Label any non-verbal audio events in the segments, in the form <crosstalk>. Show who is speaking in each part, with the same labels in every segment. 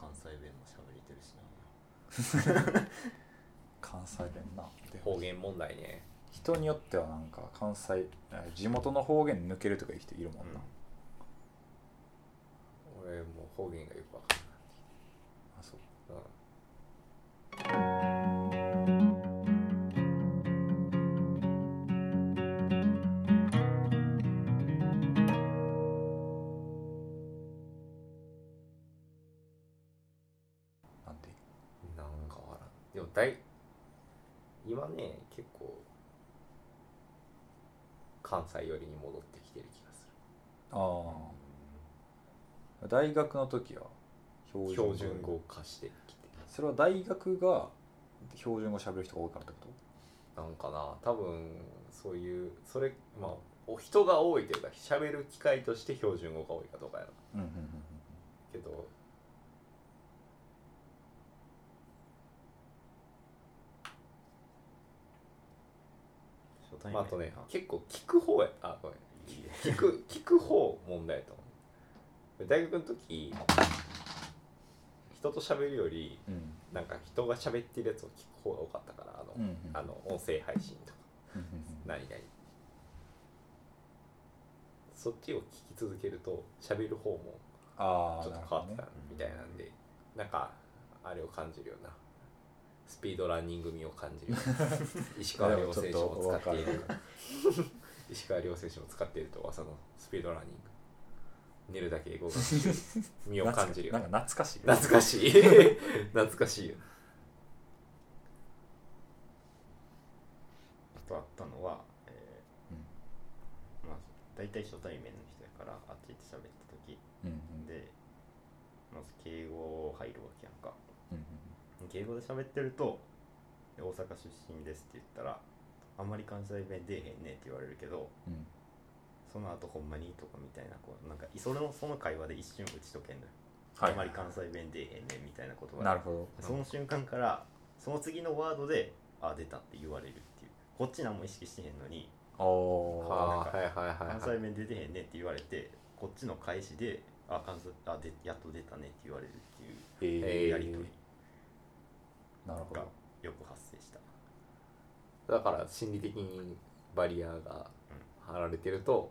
Speaker 1: も喋れてるしな
Speaker 2: 関西弁な
Speaker 3: 方言問題ね
Speaker 2: 人によってはなんか関西あ地元の方言抜けるとかいう人いるもんな、
Speaker 3: うん俺もう方言がよくわか
Speaker 2: あそう
Speaker 3: らない、
Speaker 2: なんて
Speaker 3: うん、なんかわからんでも大今ね結構関西寄りに戻ってきてる気がす
Speaker 2: ああ大学の時は標
Speaker 3: る
Speaker 2: 語
Speaker 3: 標準語化してきて
Speaker 2: それは大学が標準語喋る人が多いからってこ
Speaker 3: なんかな多分そういうそれまあお人が多いというか喋る機会として標準語が多いかどうかやな
Speaker 2: とうんうんうんうん
Speaker 3: けど
Speaker 1: 初対
Speaker 3: まあ、
Speaker 1: 面
Speaker 3: あとね結構聞く方やあごめん聞く聞く方問題やと思う大学の時人と喋るより
Speaker 2: うん
Speaker 3: なんか人が喋ってるやつを聞く方が多かったからあの、
Speaker 2: うんうん
Speaker 3: あの音声配信とか
Speaker 2: うんうん
Speaker 3: 何々そっちを聞き続けると喋る方も
Speaker 2: ああ
Speaker 3: ちょっと
Speaker 2: なる
Speaker 3: 変
Speaker 2: ほ
Speaker 3: わ
Speaker 2: ど
Speaker 3: って
Speaker 2: ね
Speaker 3: たみたいなんでなんかあれを感じるようなスピードランニング味を感
Speaker 2: <laughs>
Speaker 3: じるような石川遼選手も使ってい
Speaker 2: でもちょっと
Speaker 3: る <laughs> 石川遼選手も使っていると噂のスピードランニング寝るだけ英語が身を感じるよう
Speaker 2: なん
Speaker 3: な
Speaker 2: か懐かしい
Speaker 3: 懐かしい <laughs> 懐かしいよ
Speaker 1: あとあったのは、え
Speaker 2: うん
Speaker 1: ーまあ、大体初対面の人やからあっち行って喋った時
Speaker 2: うんうん
Speaker 1: でまず敬語入るわけやんか
Speaker 2: うんうん
Speaker 1: 敬語で喋ってると「で大阪出身です」って言ったら「あんまり関西弁出えへんね」って言われるけど
Speaker 2: うん
Speaker 1: その後ほんまにとかみたいなこうなんかそれのその会話で一瞬打ち解けんのよ、
Speaker 2: はい
Speaker 1: あんまり関西弁出えへんねみたいな言葉で
Speaker 2: なるほ
Speaker 1: その瞬間からその次のワードで「あ出た」って言われるっていうこっち何も意識してへんのに
Speaker 2: どおー
Speaker 3: はあはいはいはい
Speaker 1: 関
Speaker 3: はい
Speaker 1: 西弁出てへんねって言われてこっちの返しで「あ関西あでやっと出たね」って言われるっていう
Speaker 2: え
Speaker 3: えー
Speaker 1: やり取
Speaker 2: ー、なる
Speaker 1: り
Speaker 2: ほ
Speaker 1: が
Speaker 2: ど
Speaker 1: よく発生した、
Speaker 3: だから心理的にバリアが張られてると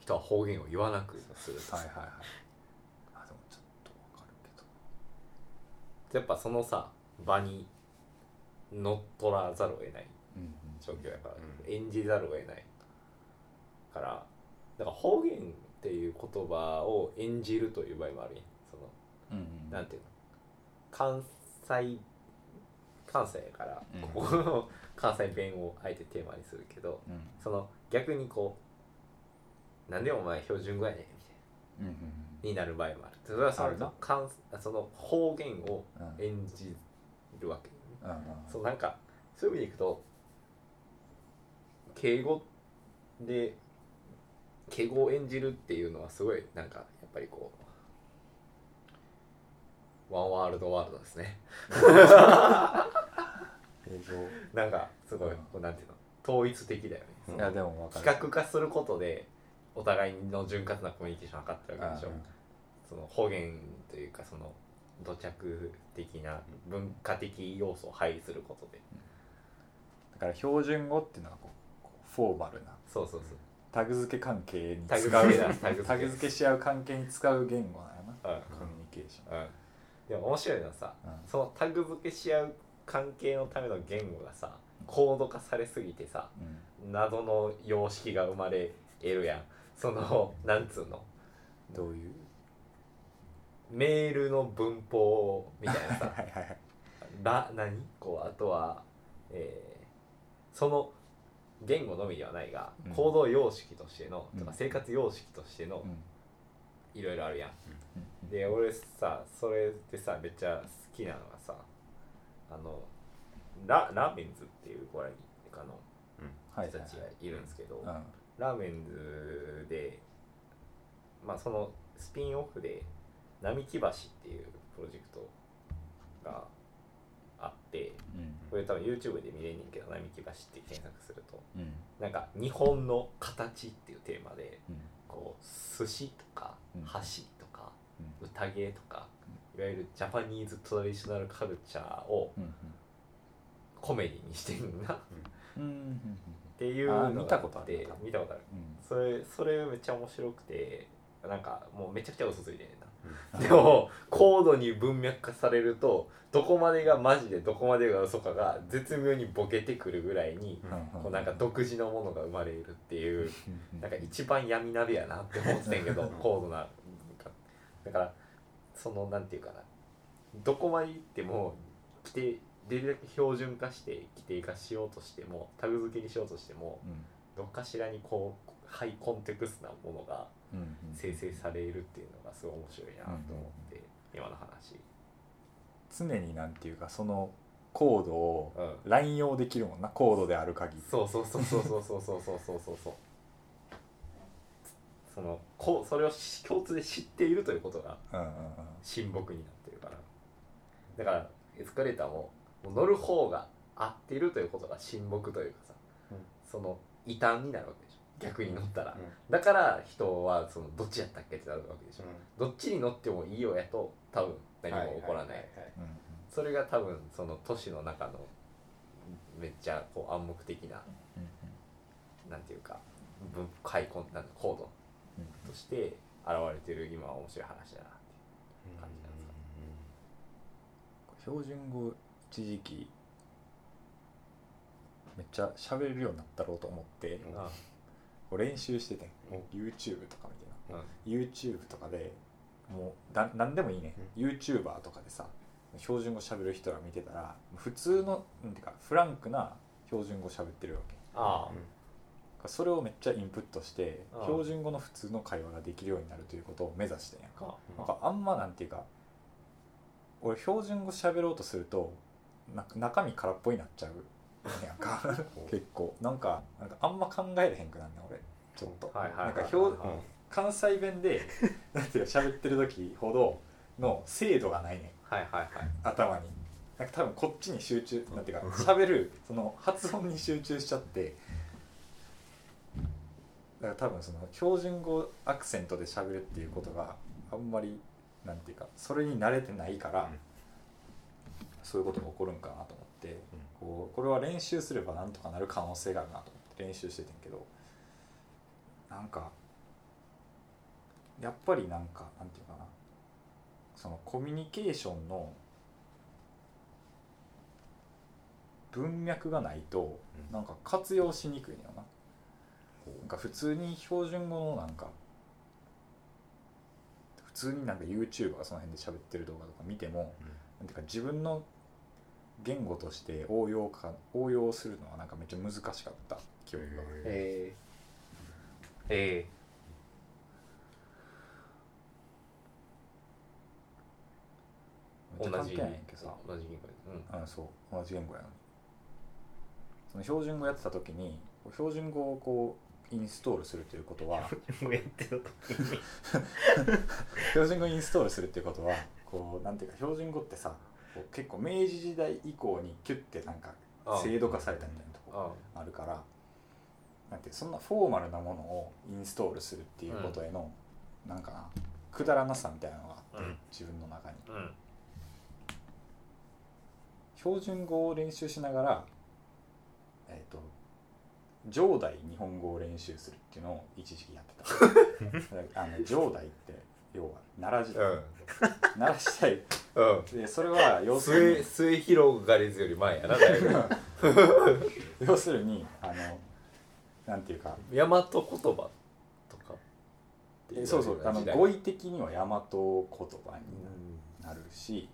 Speaker 3: 人は方言を言わなくする
Speaker 2: はいはいはいあでもちょっとわかるけど
Speaker 3: やっぱそのさ場に乗っ取らざるを得ない
Speaker 2: うんうん
Speaker 3: 状況やから、
Speaker 1: う
Speaker 3: 演じざるを得ないからだから方言っていう言葉を演じるという場合もあるやんその、
Speaker 2: うんうん
Speaker 3: なんていうの関西関西やから、
Speaker 2: うん
Speaker 3: ここの <laughs> 関西弁をあえてテーマにするけど
Speaker 2: うん
Speaker 3: その逆にこう「なんでお前標準語やねん」みたいな
Speaker 2: うんうん
Speaker 3: になる場合もあるそれはそ
Speaker 2: あるな
Speaker 3: の関その方言を
Speaker 2: うんうん
Speaker 3: 演じるわけ、
Speaker 2: うん
Speaker 3: そうなんかそういう意味でいくと敬語で敬語を演じるっていうのはすごいなんかやっぱりこうワンワールドワールドですね <laughs>
Speaker 2: 英語
Speaker 3: なんかすごいこうなんていうの統一的だよね、
Speaker 1: うん
Speaker 2: いやでもわかる
Speaker 3: 企画化することでお互いの潤滑なコミュニケーションを図ってるわけでしょ、
Speaker 2: うん
Speaker 3: その方言というかその土着的な文化的要素を配することで
Speaker 2: だから標準語っていうのはこうこうフォーマルな
Speaker 3: そうそうそう
Speaker 2: タグ付け関係に
Speaker 3: タグ
Speaker 2: 使
Speaker 3: 付
Speaker 2: う
Speaker 3: けだタグ付け
Speaker 2: タグ付けし合う関係に使う言語なんやな
Speaker 3: うん
Speaker 2: コミュニケーション
Speaker 3: うんでも面白いのはさ
Speaker 2: うん
Speaker 3: そのタグ付けし合う関係のための言語がさ高度化されすぎてさ
Speaker 2: うん
Speaker 3: 謎の様式が生まれ得るやんそのなんつうの
Speaker 2: どういう
Speaker 3: メールの文法みたいなさ
Speaker 2: はいはいはい
Speaker 3: ら何こうあとは、えーその言語のみではないが、
Speaker 2: うん
Speaker 3: 行動様式としての、
Speaker 2: うん
Speaker 3: とか生活様式としての
Speaker 2: うん
Speaker 3: いろいろあるやん、
Speaker 2: うん
Speaker 3: で俺さそれでさめっちゃ好きなのがさあのララーメンズっていうご覧あの
Speaker 2: はいはい
Speaker 3: 人たちがいるんですけど、
Speaker 2: はい
Speaker 3: ラーメンズでまあそのスピンオフで並木橋っていうプロジェクトがあって、
Speaker 2: うんうん
Speaker 3: これ多分 YouTube で見れんねんけど並木橋って検索すると
Speaker 2: うん
Speaker 3: なんか「日本の形」っていうテーマで
Speaker 2: うん
Speaker 3: こう寿司とか
Speaker 2: うん
Speaker 3: 箸とか
Speaker 2: うん
Speaker 3: 宴とか
Speaker 2: うん
Speaker 3: いわゆるジャパニーズトラディショナルカルチャーを
Speaker 2: うん
Speaker 3: コメディにしてるんだっ
Speaker 2: うんうん
Speaker 3: ていう
Speaker 2: あー
Speaker 3: の
Speaker 2: 見
Speaker 3: が
Speaker 2: た
Speaker 3: あ
Speaker 2: ことあ
Speaker 3: っ
Speaker 2: る
Speaker 3: て見たことあるそれそれめっちゃ面白くてなんかもうめちゃくちゃ嘘ついて
Speaker 2: うん
Speaker 3: るなでも高度に文脈化されるとどこまでがマジでどこまでが嘘かが絶妙にボケてくるぐらいに
Speaker 2: うんうん
Speaker 3: こうなんか独自のものが生まれるっていう
Speaker 2: うん
Speaker 3: なんか一番闇鍋やなって思ってたんやけ <laughs> ど高度なだからそのなんていうかなどこまで行っても規定できるだけ標準化して規定化しようとしてもタグ付けにしようとしても
Speaker 2: うん
Speaker 3: どっかしらにこうハイコンテクストなものが
Speaker 2: うんうん
Speaker 3: 生成されるっていうのがすごい面白いなと思って、今の話
Speaker 2: 常になんていうかそのコードを
Speaker 3: うん
Speaker 2: 乱用できるもんなコードである限り
Speaker 3: そうそうそうそうそうそうそうそうそうそうそうそのこうそれをし共通で知っているということが
Speaker 2: うんうん
Speaker 3: 親睦になってるからだからエスカレーターももう乗る方が合ってるということが親睦というかさ、
Speaker 1: うん
Speaker 3: その異端になるわけでしょ逆に乗ったら、
Speaker 1: うん
Speaker 3: だから人はそのどっちやったっけってなるわけでしょ、
Speaker 1: うん
Speaker 3: どっちに乗ってもいいようやと多分何も起こらない,、
Speaker 2: うんうん
Speaker 3: それが多分その都市の中のめっちゃこう暗黙的な
Speaker 2: うん
Speaker 3: なんていうか文解コンなんかコード
Speaker 2: うん
Speaker 3: として現れてる今は面白い話だなっていう感じなんですか
Speaker 2: 標
Speaker 3: ね
Speaker 2: 準語一時期めっちゃ喋れるようになったろうと思って
Speaker 1: うん
Speaker 3: あ
Speaker 2: こう練習してて
Speaker 1: お
Speaker 2: YouTube とかみたいな
Speaker 3: うん
Speaker 2: YouTube とかでもうだ何でもいいね YouTuber とかでさ標準語喋る人ら見てたら普通のなんていうかフランクな標準語喋ってるわけ
Speaker 3: あ
Speaker 1: うん
Speaker 2: それをめっちゃインプットして
Speaker 3: ああ
Speaker 2: 標準語の普通の会話ができるようになるということを目指してんやんか
Speaker 3: か
Speaker 2: なんかあんまなんていうか俺標準語喋ろうとするとなんか中身空っぽになっちゃうやん
Speaker 3: <laughs>
Speaker 2: か結構なんかなんかあんま考えれへんくなんねん俺ちょっと、
Speaker 3: はいはいはい
Speaker 2: なんか標
Speaker 3: はい
Speaker 2: 関西弁でなんていうか喋ってる時ほどの精度がないねん
Speaker 3: はいはいはい
Speaker 2: 頭になんか多分こっちに集中なんていうか喋るその発音に集中しちゃってだから多分その標準語アクセントで喋るっていうことがあんまりなんていうかそれに慣れてないから、
Speaker 1: うん
Speaker 2: そういうことが起こるんかなと思って、こうこれは練習すればなんとかなる可能性があるなと思って練習しててんけどなんかやっぱりなんかなんていうかなそのコミュニケーションの文脈がないと
Speaker 1: うん
Speaker 2: なんか活用しにくいのよな。なんか普通に標準語のなんか普通になんか YouTuber がその辺で喋ってる動画とか見ても
Speaker 1: うん
Speaker 2: なんていうか自分の言語として応用か応用するのはなんかめっちゃ難しかった記憶が
Speaker 1: へ
Speaker 3: えー、え
Speaker 2: めっち
Speaker 3: ー、
Speaker 2: ゃ
Speaker 3: 同
Speaker 2: 簡
Speaker 3: じ
Speaker 2: 単やねんけどさ
Speaker 3: 同じ言語でうん
Speaker 2: うん、そう同じ言語やのにその標準語やってた時にこう標準語をこうインストールするとい
Speaker 1: <laughs>
Speaker 2: うことは
Speaker 1: もうやってたと
Speaker 2: 標準語インストールするっていうことはこうなんていうか標準語ってさこう結構明治時代以降にキュッてなんか
Speaker 3: あ
Speaker 2: 制度化されたみたいなとこ
Speaker 3: あ
Speaker 2: あるからなんてそんなフォーマルなものをインストールするっていうことへの、なんかなくだらなさみたいなのがあって、
Speaker 3: うん
Speaker 2: 自分の中に
Speaker 3: うん
Speaker 2: 標準語を練習しながらえっ、と上代日本語を練習するっていうのを一時期やってたあの上代って要は奈良時代、奈良時代
Speaker 3: うん
Speaker 2: でそれ
Speaker 3: <laughs>
Speaker 2: は
Speaker 3: う
Speaker 2: 要
Speaker 3: ん
Speaker 2: する
Speaker 3: 末
Speaker 2: に <laughs>
Speaker 3: 末広がりずより前やな <laughs> だいぶ
Speaker 2: 要するにあのなんていうか
Speaker 3: 大和言葉とかって言われるよな
Speaker 2: そうそうあの
Speaker 3: 時代
Speaker 2: 語彙的には大和言葉になるなるし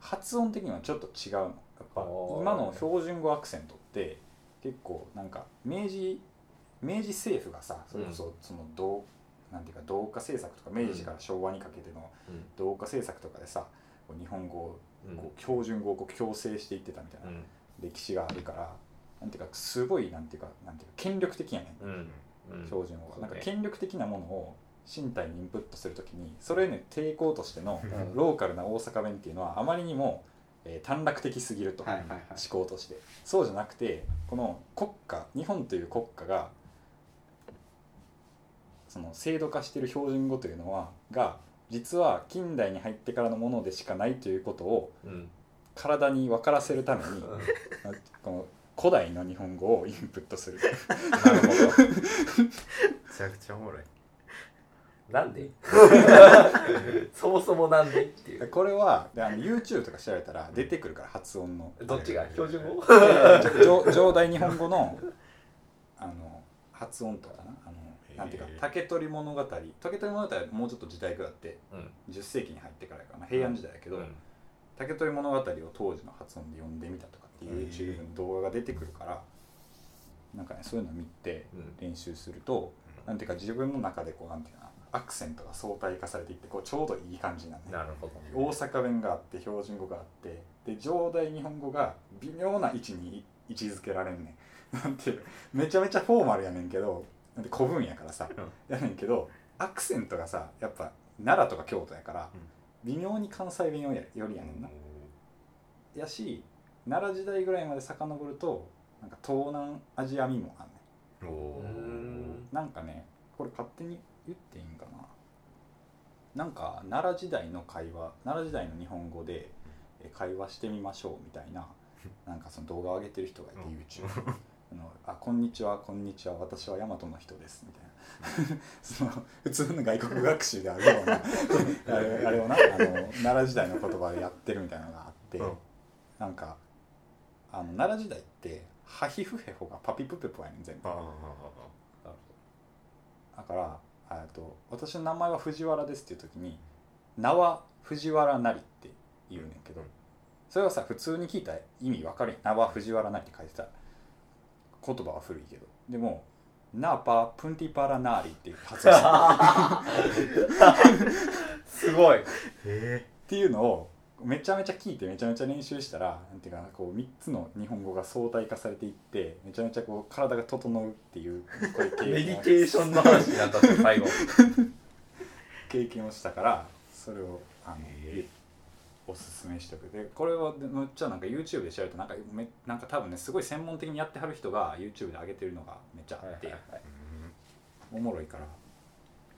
Speaker 2: 発音的にはちょっと違うのやっぱ
Speaker 3: あー
Speaker 2: 今の標準語アクセントって結構なんか明治明治政府がさそれこそその同、なんていうか同化政策とか明治から昭和にかけての
Speaker 3: うん
Speaker 2: 同化政策とかでさこう日本語を
Speaker 3: うん
Speaker 2: こう標準語をこう強制していってたみたいな歴史があるからなんていうかすごいなんていうかなんていうか権力的やねん
Speaker 3: うんうんうん
Speaker 2: 標準語
Speaker 3: そう
Speaker 2: はな
Speaker 3: ね
Speaker 2: んか権力的なものを身体にインプットするときにそれへの抵抗としての
Speaker 3: うん
Speaker 2: ローカルな大阪弁っていうのはあまりにも、えー短絡的すぎると、
Speaker 1: はいはいはい
Speaker 2: 思考としてそうじゃなくてこの国家日本という国家がその制度化している標準語というのはが実は近代に入ってからのものでしかないということを
Speaker 3: うん
Speaker 2: 体に分からせるために
Speaker 3: うん
Speaker 2: この古代の日本語をインプットする
Speaker 3: なるほど
Speaker 1: めちゃくちゃおもろい
Speaker 3: なん <laughs> でそもそもなんでっていう
Speaker 2: これはであの YouTube とか調べたら出てくるから発音 <laughs> の
Speaker 3: どっちが標準語
Speaker 2: 上上代日本語のあの発音とかなあのなんていうか
Speaker 1: へえ
Speaker 2: 竹取物語竹取物語はもうちょっと時代があって
Speaker 3: うん
Speaker 2: 10世紀に入ってからやから、まあ、平安時代だけど、
Speaker 3: うん
Speaker 2: 竹取物語を当時の発音で読んでみたとかっていう YouTube の動画が出てくるからなんかねそういうの見て
Speaker 3: うん
Speaker 2: 練習するとなんていうか自分の中でこうなんていうかなアクセントが相対化されていってこうちょうどいい感じになるね
Speaker 3: なるほど
Speaker 2: 大阪弁があって標準語があってで上代日本語が微妙な位置に位置づけられんねん <laughs> なんていうめちゃめちゃフォーマルやねんけどなんて古文やからさ、
Speaker 1: う
Speaker 2: やねんけどアクセントがさやっぱ奈良とか京都やから
Speaker 1: うん、
Speaker 2: 微妙に関西弁よりやねんな、やし奈良時代ぐらいまで遡るとなんか東南アジア味もあんね
Speaker 1: お
Speaker 3: う
Speaker 1: お
Speaker 3: ん
Speaker 2: んなんかねこれ勝手に言っていいんかななんか奈良時代の会話奈良時代の日本語でえ会話してみましょうみたいななんかその動画を上げてる人がいて
Speaker 1: うん
Speaker 2: YouTube あのあこんにちはこんにちは私は大和の人ですみたいな <laughs> その普通の外国学習であるよう
Speaker 1: <laughs>
Speaker 2: なあれあれをなあの奈良時代の言葉でやってるみたいなのがあって、
Speaker 1: うん
Speaker 2: なんかあの奈良時代ってハヒフヘホがパピプペポやねん全部
Speaker 1: ああ
Speaker 3: なる
Speaker 2: だからあと私の名前は藤原ですっていう時に名は藤原なりって言うねんけど、
Speaker 1: うん
Speaker 2: それはさ普通に聞いたら意味わかるやん名は藤原なりって書いてたら言葉は古いけどでもナーパープンティパラナーリっていう
Speaker 1: <laughs>
Speaker 2: 発音してるっ
Speaker 3: ほどすごい
Speaker 1: へ
Speaker 2: ていうのをめちゃめちゃ聞いてめちゃめちゃ練習したらなんていうかなこう3つの日本語が相対化されていってめちゃめちゃこう体が整うっていうこういう経験を
Speaker 1: <laughs>
Speaker 3: メディケーションの話になったって最後
Speaker 2: 経験をしたからそれをあの、
Speaker 1: へえ
Speaker 2: おすすめしておくでこれはでむっちゃなんか YouTube で調べるとなんかめなんか多分ねすごい専門的にやってはる人が YouTube で上げてるのがめっちゃあって、
Speaker 1: えうん
Speaker 2: おもろいからち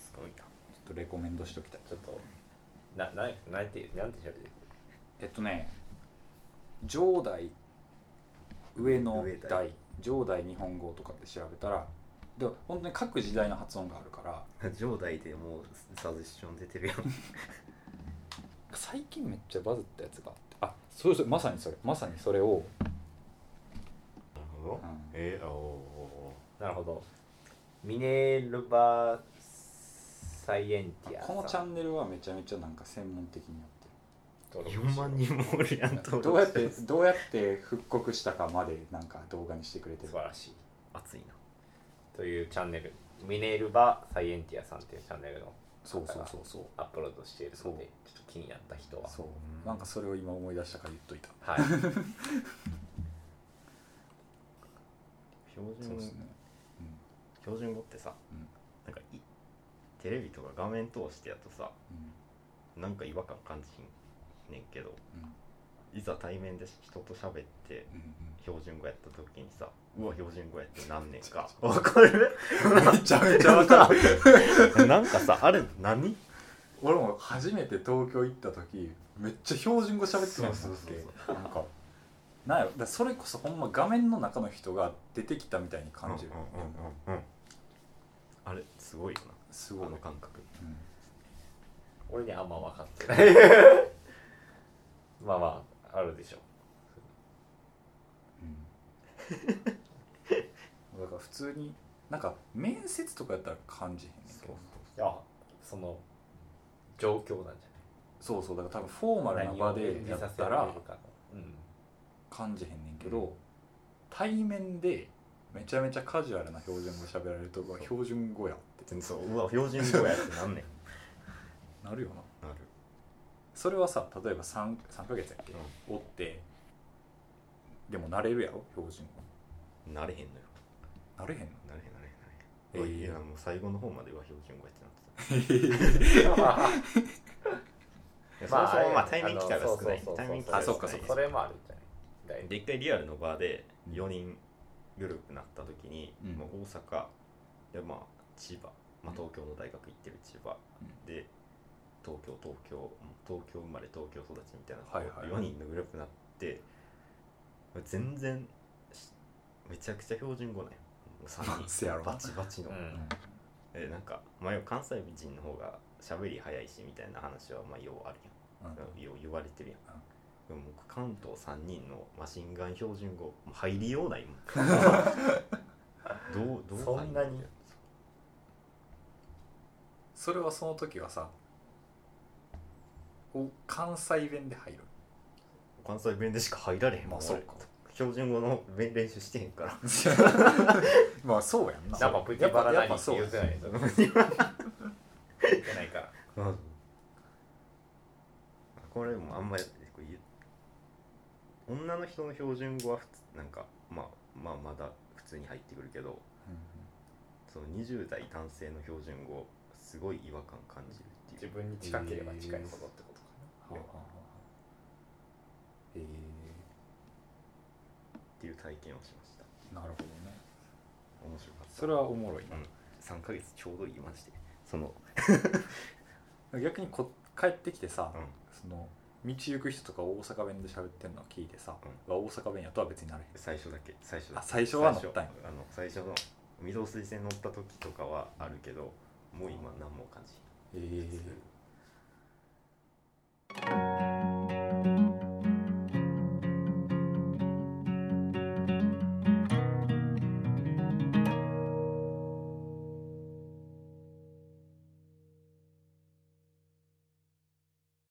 Speaker 1: すごいな
Speaker 2: ょっとレコメンドしときたい
Speaker 3: ちょっとなななんてなんて調べてる
Speaker 2: えっとね上代上の
Speaker 1: 上代
Speaker 2: 代上代日本語とかって調べたらで本当に各時代の発音があるか
Speaker 1: <laughs>
Speaker 2: ら
Speaker 1: 上代でもうサジェスション出てるよ
Speaker 2: 最近めっちゃバズったやつがあってあそうそうまさにそれまさにそれを、
Speaker 1: なるほど
Speaker 2: うん
Speaker 1: えー、おお
Speaker 3: なるほどミネルバサイエンティア
Speaker 2: このチャ
Speaker 3: ん
Speaker 2: ンネルはめちゃめちゃなんか専門的にやってる
Speaker 1: 4万人もおるやんと
Speaker 2: どうやってどうやって復刻したかまでなんか動画にしてくれて
Speaker 3: 素
Speaker 2: る
Speaker 3: 晴らしい
Speaker 1: 熱いな
Speaker 3: というチャンネルミネルバサイエンティアさんっていうチャンネルの
Speaker 2: そうそうそうそう
Speaker 3: アップロードしている
Speaker 2: そ
Speaker 3: の
Speaker 2: う
Speaker 3: でちょっと気になった人は
Speaker 2: そうなんかそれを今思い出したから言っといた
Speaker 3: はい
Speaker 1: 標
Speaker 2: そう
Speaker 1: 準
Speaker 2: ですね、うん
Speaker 1: 標準語ってさ、
Speaker 2: うん
Speaker 1: なんかいテレビとか画面通してやとさ
Speaker 2: うん
Speaker 1: なんか違和感感じんねんけど
Speaker 2: うん
Speaker 1: いざ対面で人と喋って
Speaker 2: うん
Speaker 1: 標準語やった時にさうわ標準語やって何年か <laughs> わかる
Speaker 2: うんめちゃめちゃわか
Speaker 1: <laughs>
Speaker 2: る
Speaker 1: なんかさあれ何
Speaker 2: <laughs> 俺も初めて東京行った時めっちゃ標準語喋って
Speaker 1: そう
Speaker 2: ます
Speaker 1: そ
Speaker 2: っ
Speaker 1: うそうそう
Speaker 2: けなんかなんやろだからそれこそほんま画面の中の人が出てきたみたいに感じる、
Speaker 1: うんうんうんうんあれすごいよ
Speaker 2: す
Speaker 1: な
Speaker 2: ごい
Speaker 1: あの感覚
Speaker 2: うん
Speaker 3: 俺にあんま分かってない <laughs> まあまああるでしょ
Speaker 2: うんだから普通になんか面接とかやったら感じへんねんけど
Speaker 3: いやその状況なんじ
Speaker 2: そうそうだから多分フォー
Speaker 3: ゃ
Speaker 2: マ
Speaker 3: な
Speaker 2: ル
Speaker 3: い
Speaker 2: な場でやったら
Speaker 3: うん
Speaker 2: 感じへんねんけ
Speaker 3: <laughs>
Speaker 2: ど対面でめちゃめちゃカジュアルな標準語喋られるとうわ標準語やって
Speaker 1: 全然そううわ標準語やって何年
Speaker 2: なるよ
Speaker 1: <laughs>
Speaker 2: な
Speaker 1: なる
Speaker 2: それはさ例えば 3, 3ヶ月やっけ、おってでも慣れるやろ標準
Speaker 1: なれへんのよ
Speaker 2: 語慣れへんの
Speaker 1: なれへんなれ
Speaker 2: え
Speaker 1: へんなれへん、
Speaker 2: ー
Speaker 1: い
Speaker 2: <laughs>
Speaker 1: やもう最後の方までは標準語やってなってたいやそもそもまあ対面来たら少ない対面来たら
Speaker 2: あ
Speaker 1: 少
Speaker 2: そ
Speaker 1: な
Speaker 2: うか
Speaker 1: い
Speaker 2: う
Speaker 1: です
Speaker 2: か
Speaker 3: それもあるんじゃない
Speaker 1: で一回リアルの場で4人グループになった時に、
Speaker 2: うん
Speaker 1: まあ、大阪でまあ千葉、まあ、東京の大学行ってる千葉、
Speaker 2: うん
Speaker 1: で東京東京うん東京生まれ東京育ちみたいな、
Speaker 2: はいはい
Speaker 1: 4人のグループになって全然しめちゃくちゃ標準語ね3
Speaker 2: せやろ
Speaker 1: 人
Speaker 2: な
Speaker 1: バチバチの、
Speaker 3: うん
Speaker 1: えなんか前は関西人の方が喋り早いしみたいな話はまあようある
Speaker 2: うん
Speaker 1: やん、よう言われてるやん、でも僕関東3人のマシンガン標準語もう入りようないもんどうどう
Speaker 3: そんなに
Speaker 1: 入る
Speaker 2: それはその時はさお関西弁で入る
Speaker 1: 関西弁でしか入られへん
Speaker 2: まあ
Speaker 1: もん
Speaker 2: そう
Speaker 1: 俺
Speaker 2: か
Speaker 1: 標準語の弁練習してへんから
Speaker 2: <laughs> まあそうやんな
Speaker 3: なんかプティバラ
Speaker 2: やっぱ
Speaker 3: なりって
Speaker 2: そう
Speaker 3: 言
Speaker 2: や
Speaker 3: う <laughs> てないでしょ言ってないから
Speaker 1: うんこれもあんまりこう言う女の人の標準語は普通なんか、まあ、まあまだ普通に入ってくるけどその20代男性の標準語すごい違和感感じるって
Speaker 3: 自
Speaker 1: いう
Speaker 3: 分に近ければ近いほどってことか
Speaker 2: うんうんはあはあはあ
Speaker 1: っ
Speaker 2: え
Speaker 1: ていう体験をしました
Speaker 2: ーなるほどね
Speaker 1: 面白かった
Speaker 2: それはおもろいな、
Speaker 1: 3ヶ月ちょうど言いましてその、
Speaker 2: 逆にこ帰ってきてさ、
Speaker 1: うん
Speaker 2: その道行く人とか大阪弁で喋ってるのを聞いてさ、
Speaker 1: う
Speaker 2: は大阪弁やとは別になれへん
Speaker 1: 最初だけ最初だ
Speaker 2: あ
Speaker 1: け
Speaker 2: 最初は乗ったんや
Speaker 1: 最初あの最初の御堂筋線乗った時とかはあるけどもう今何も感じひん
Speaker 2: ええ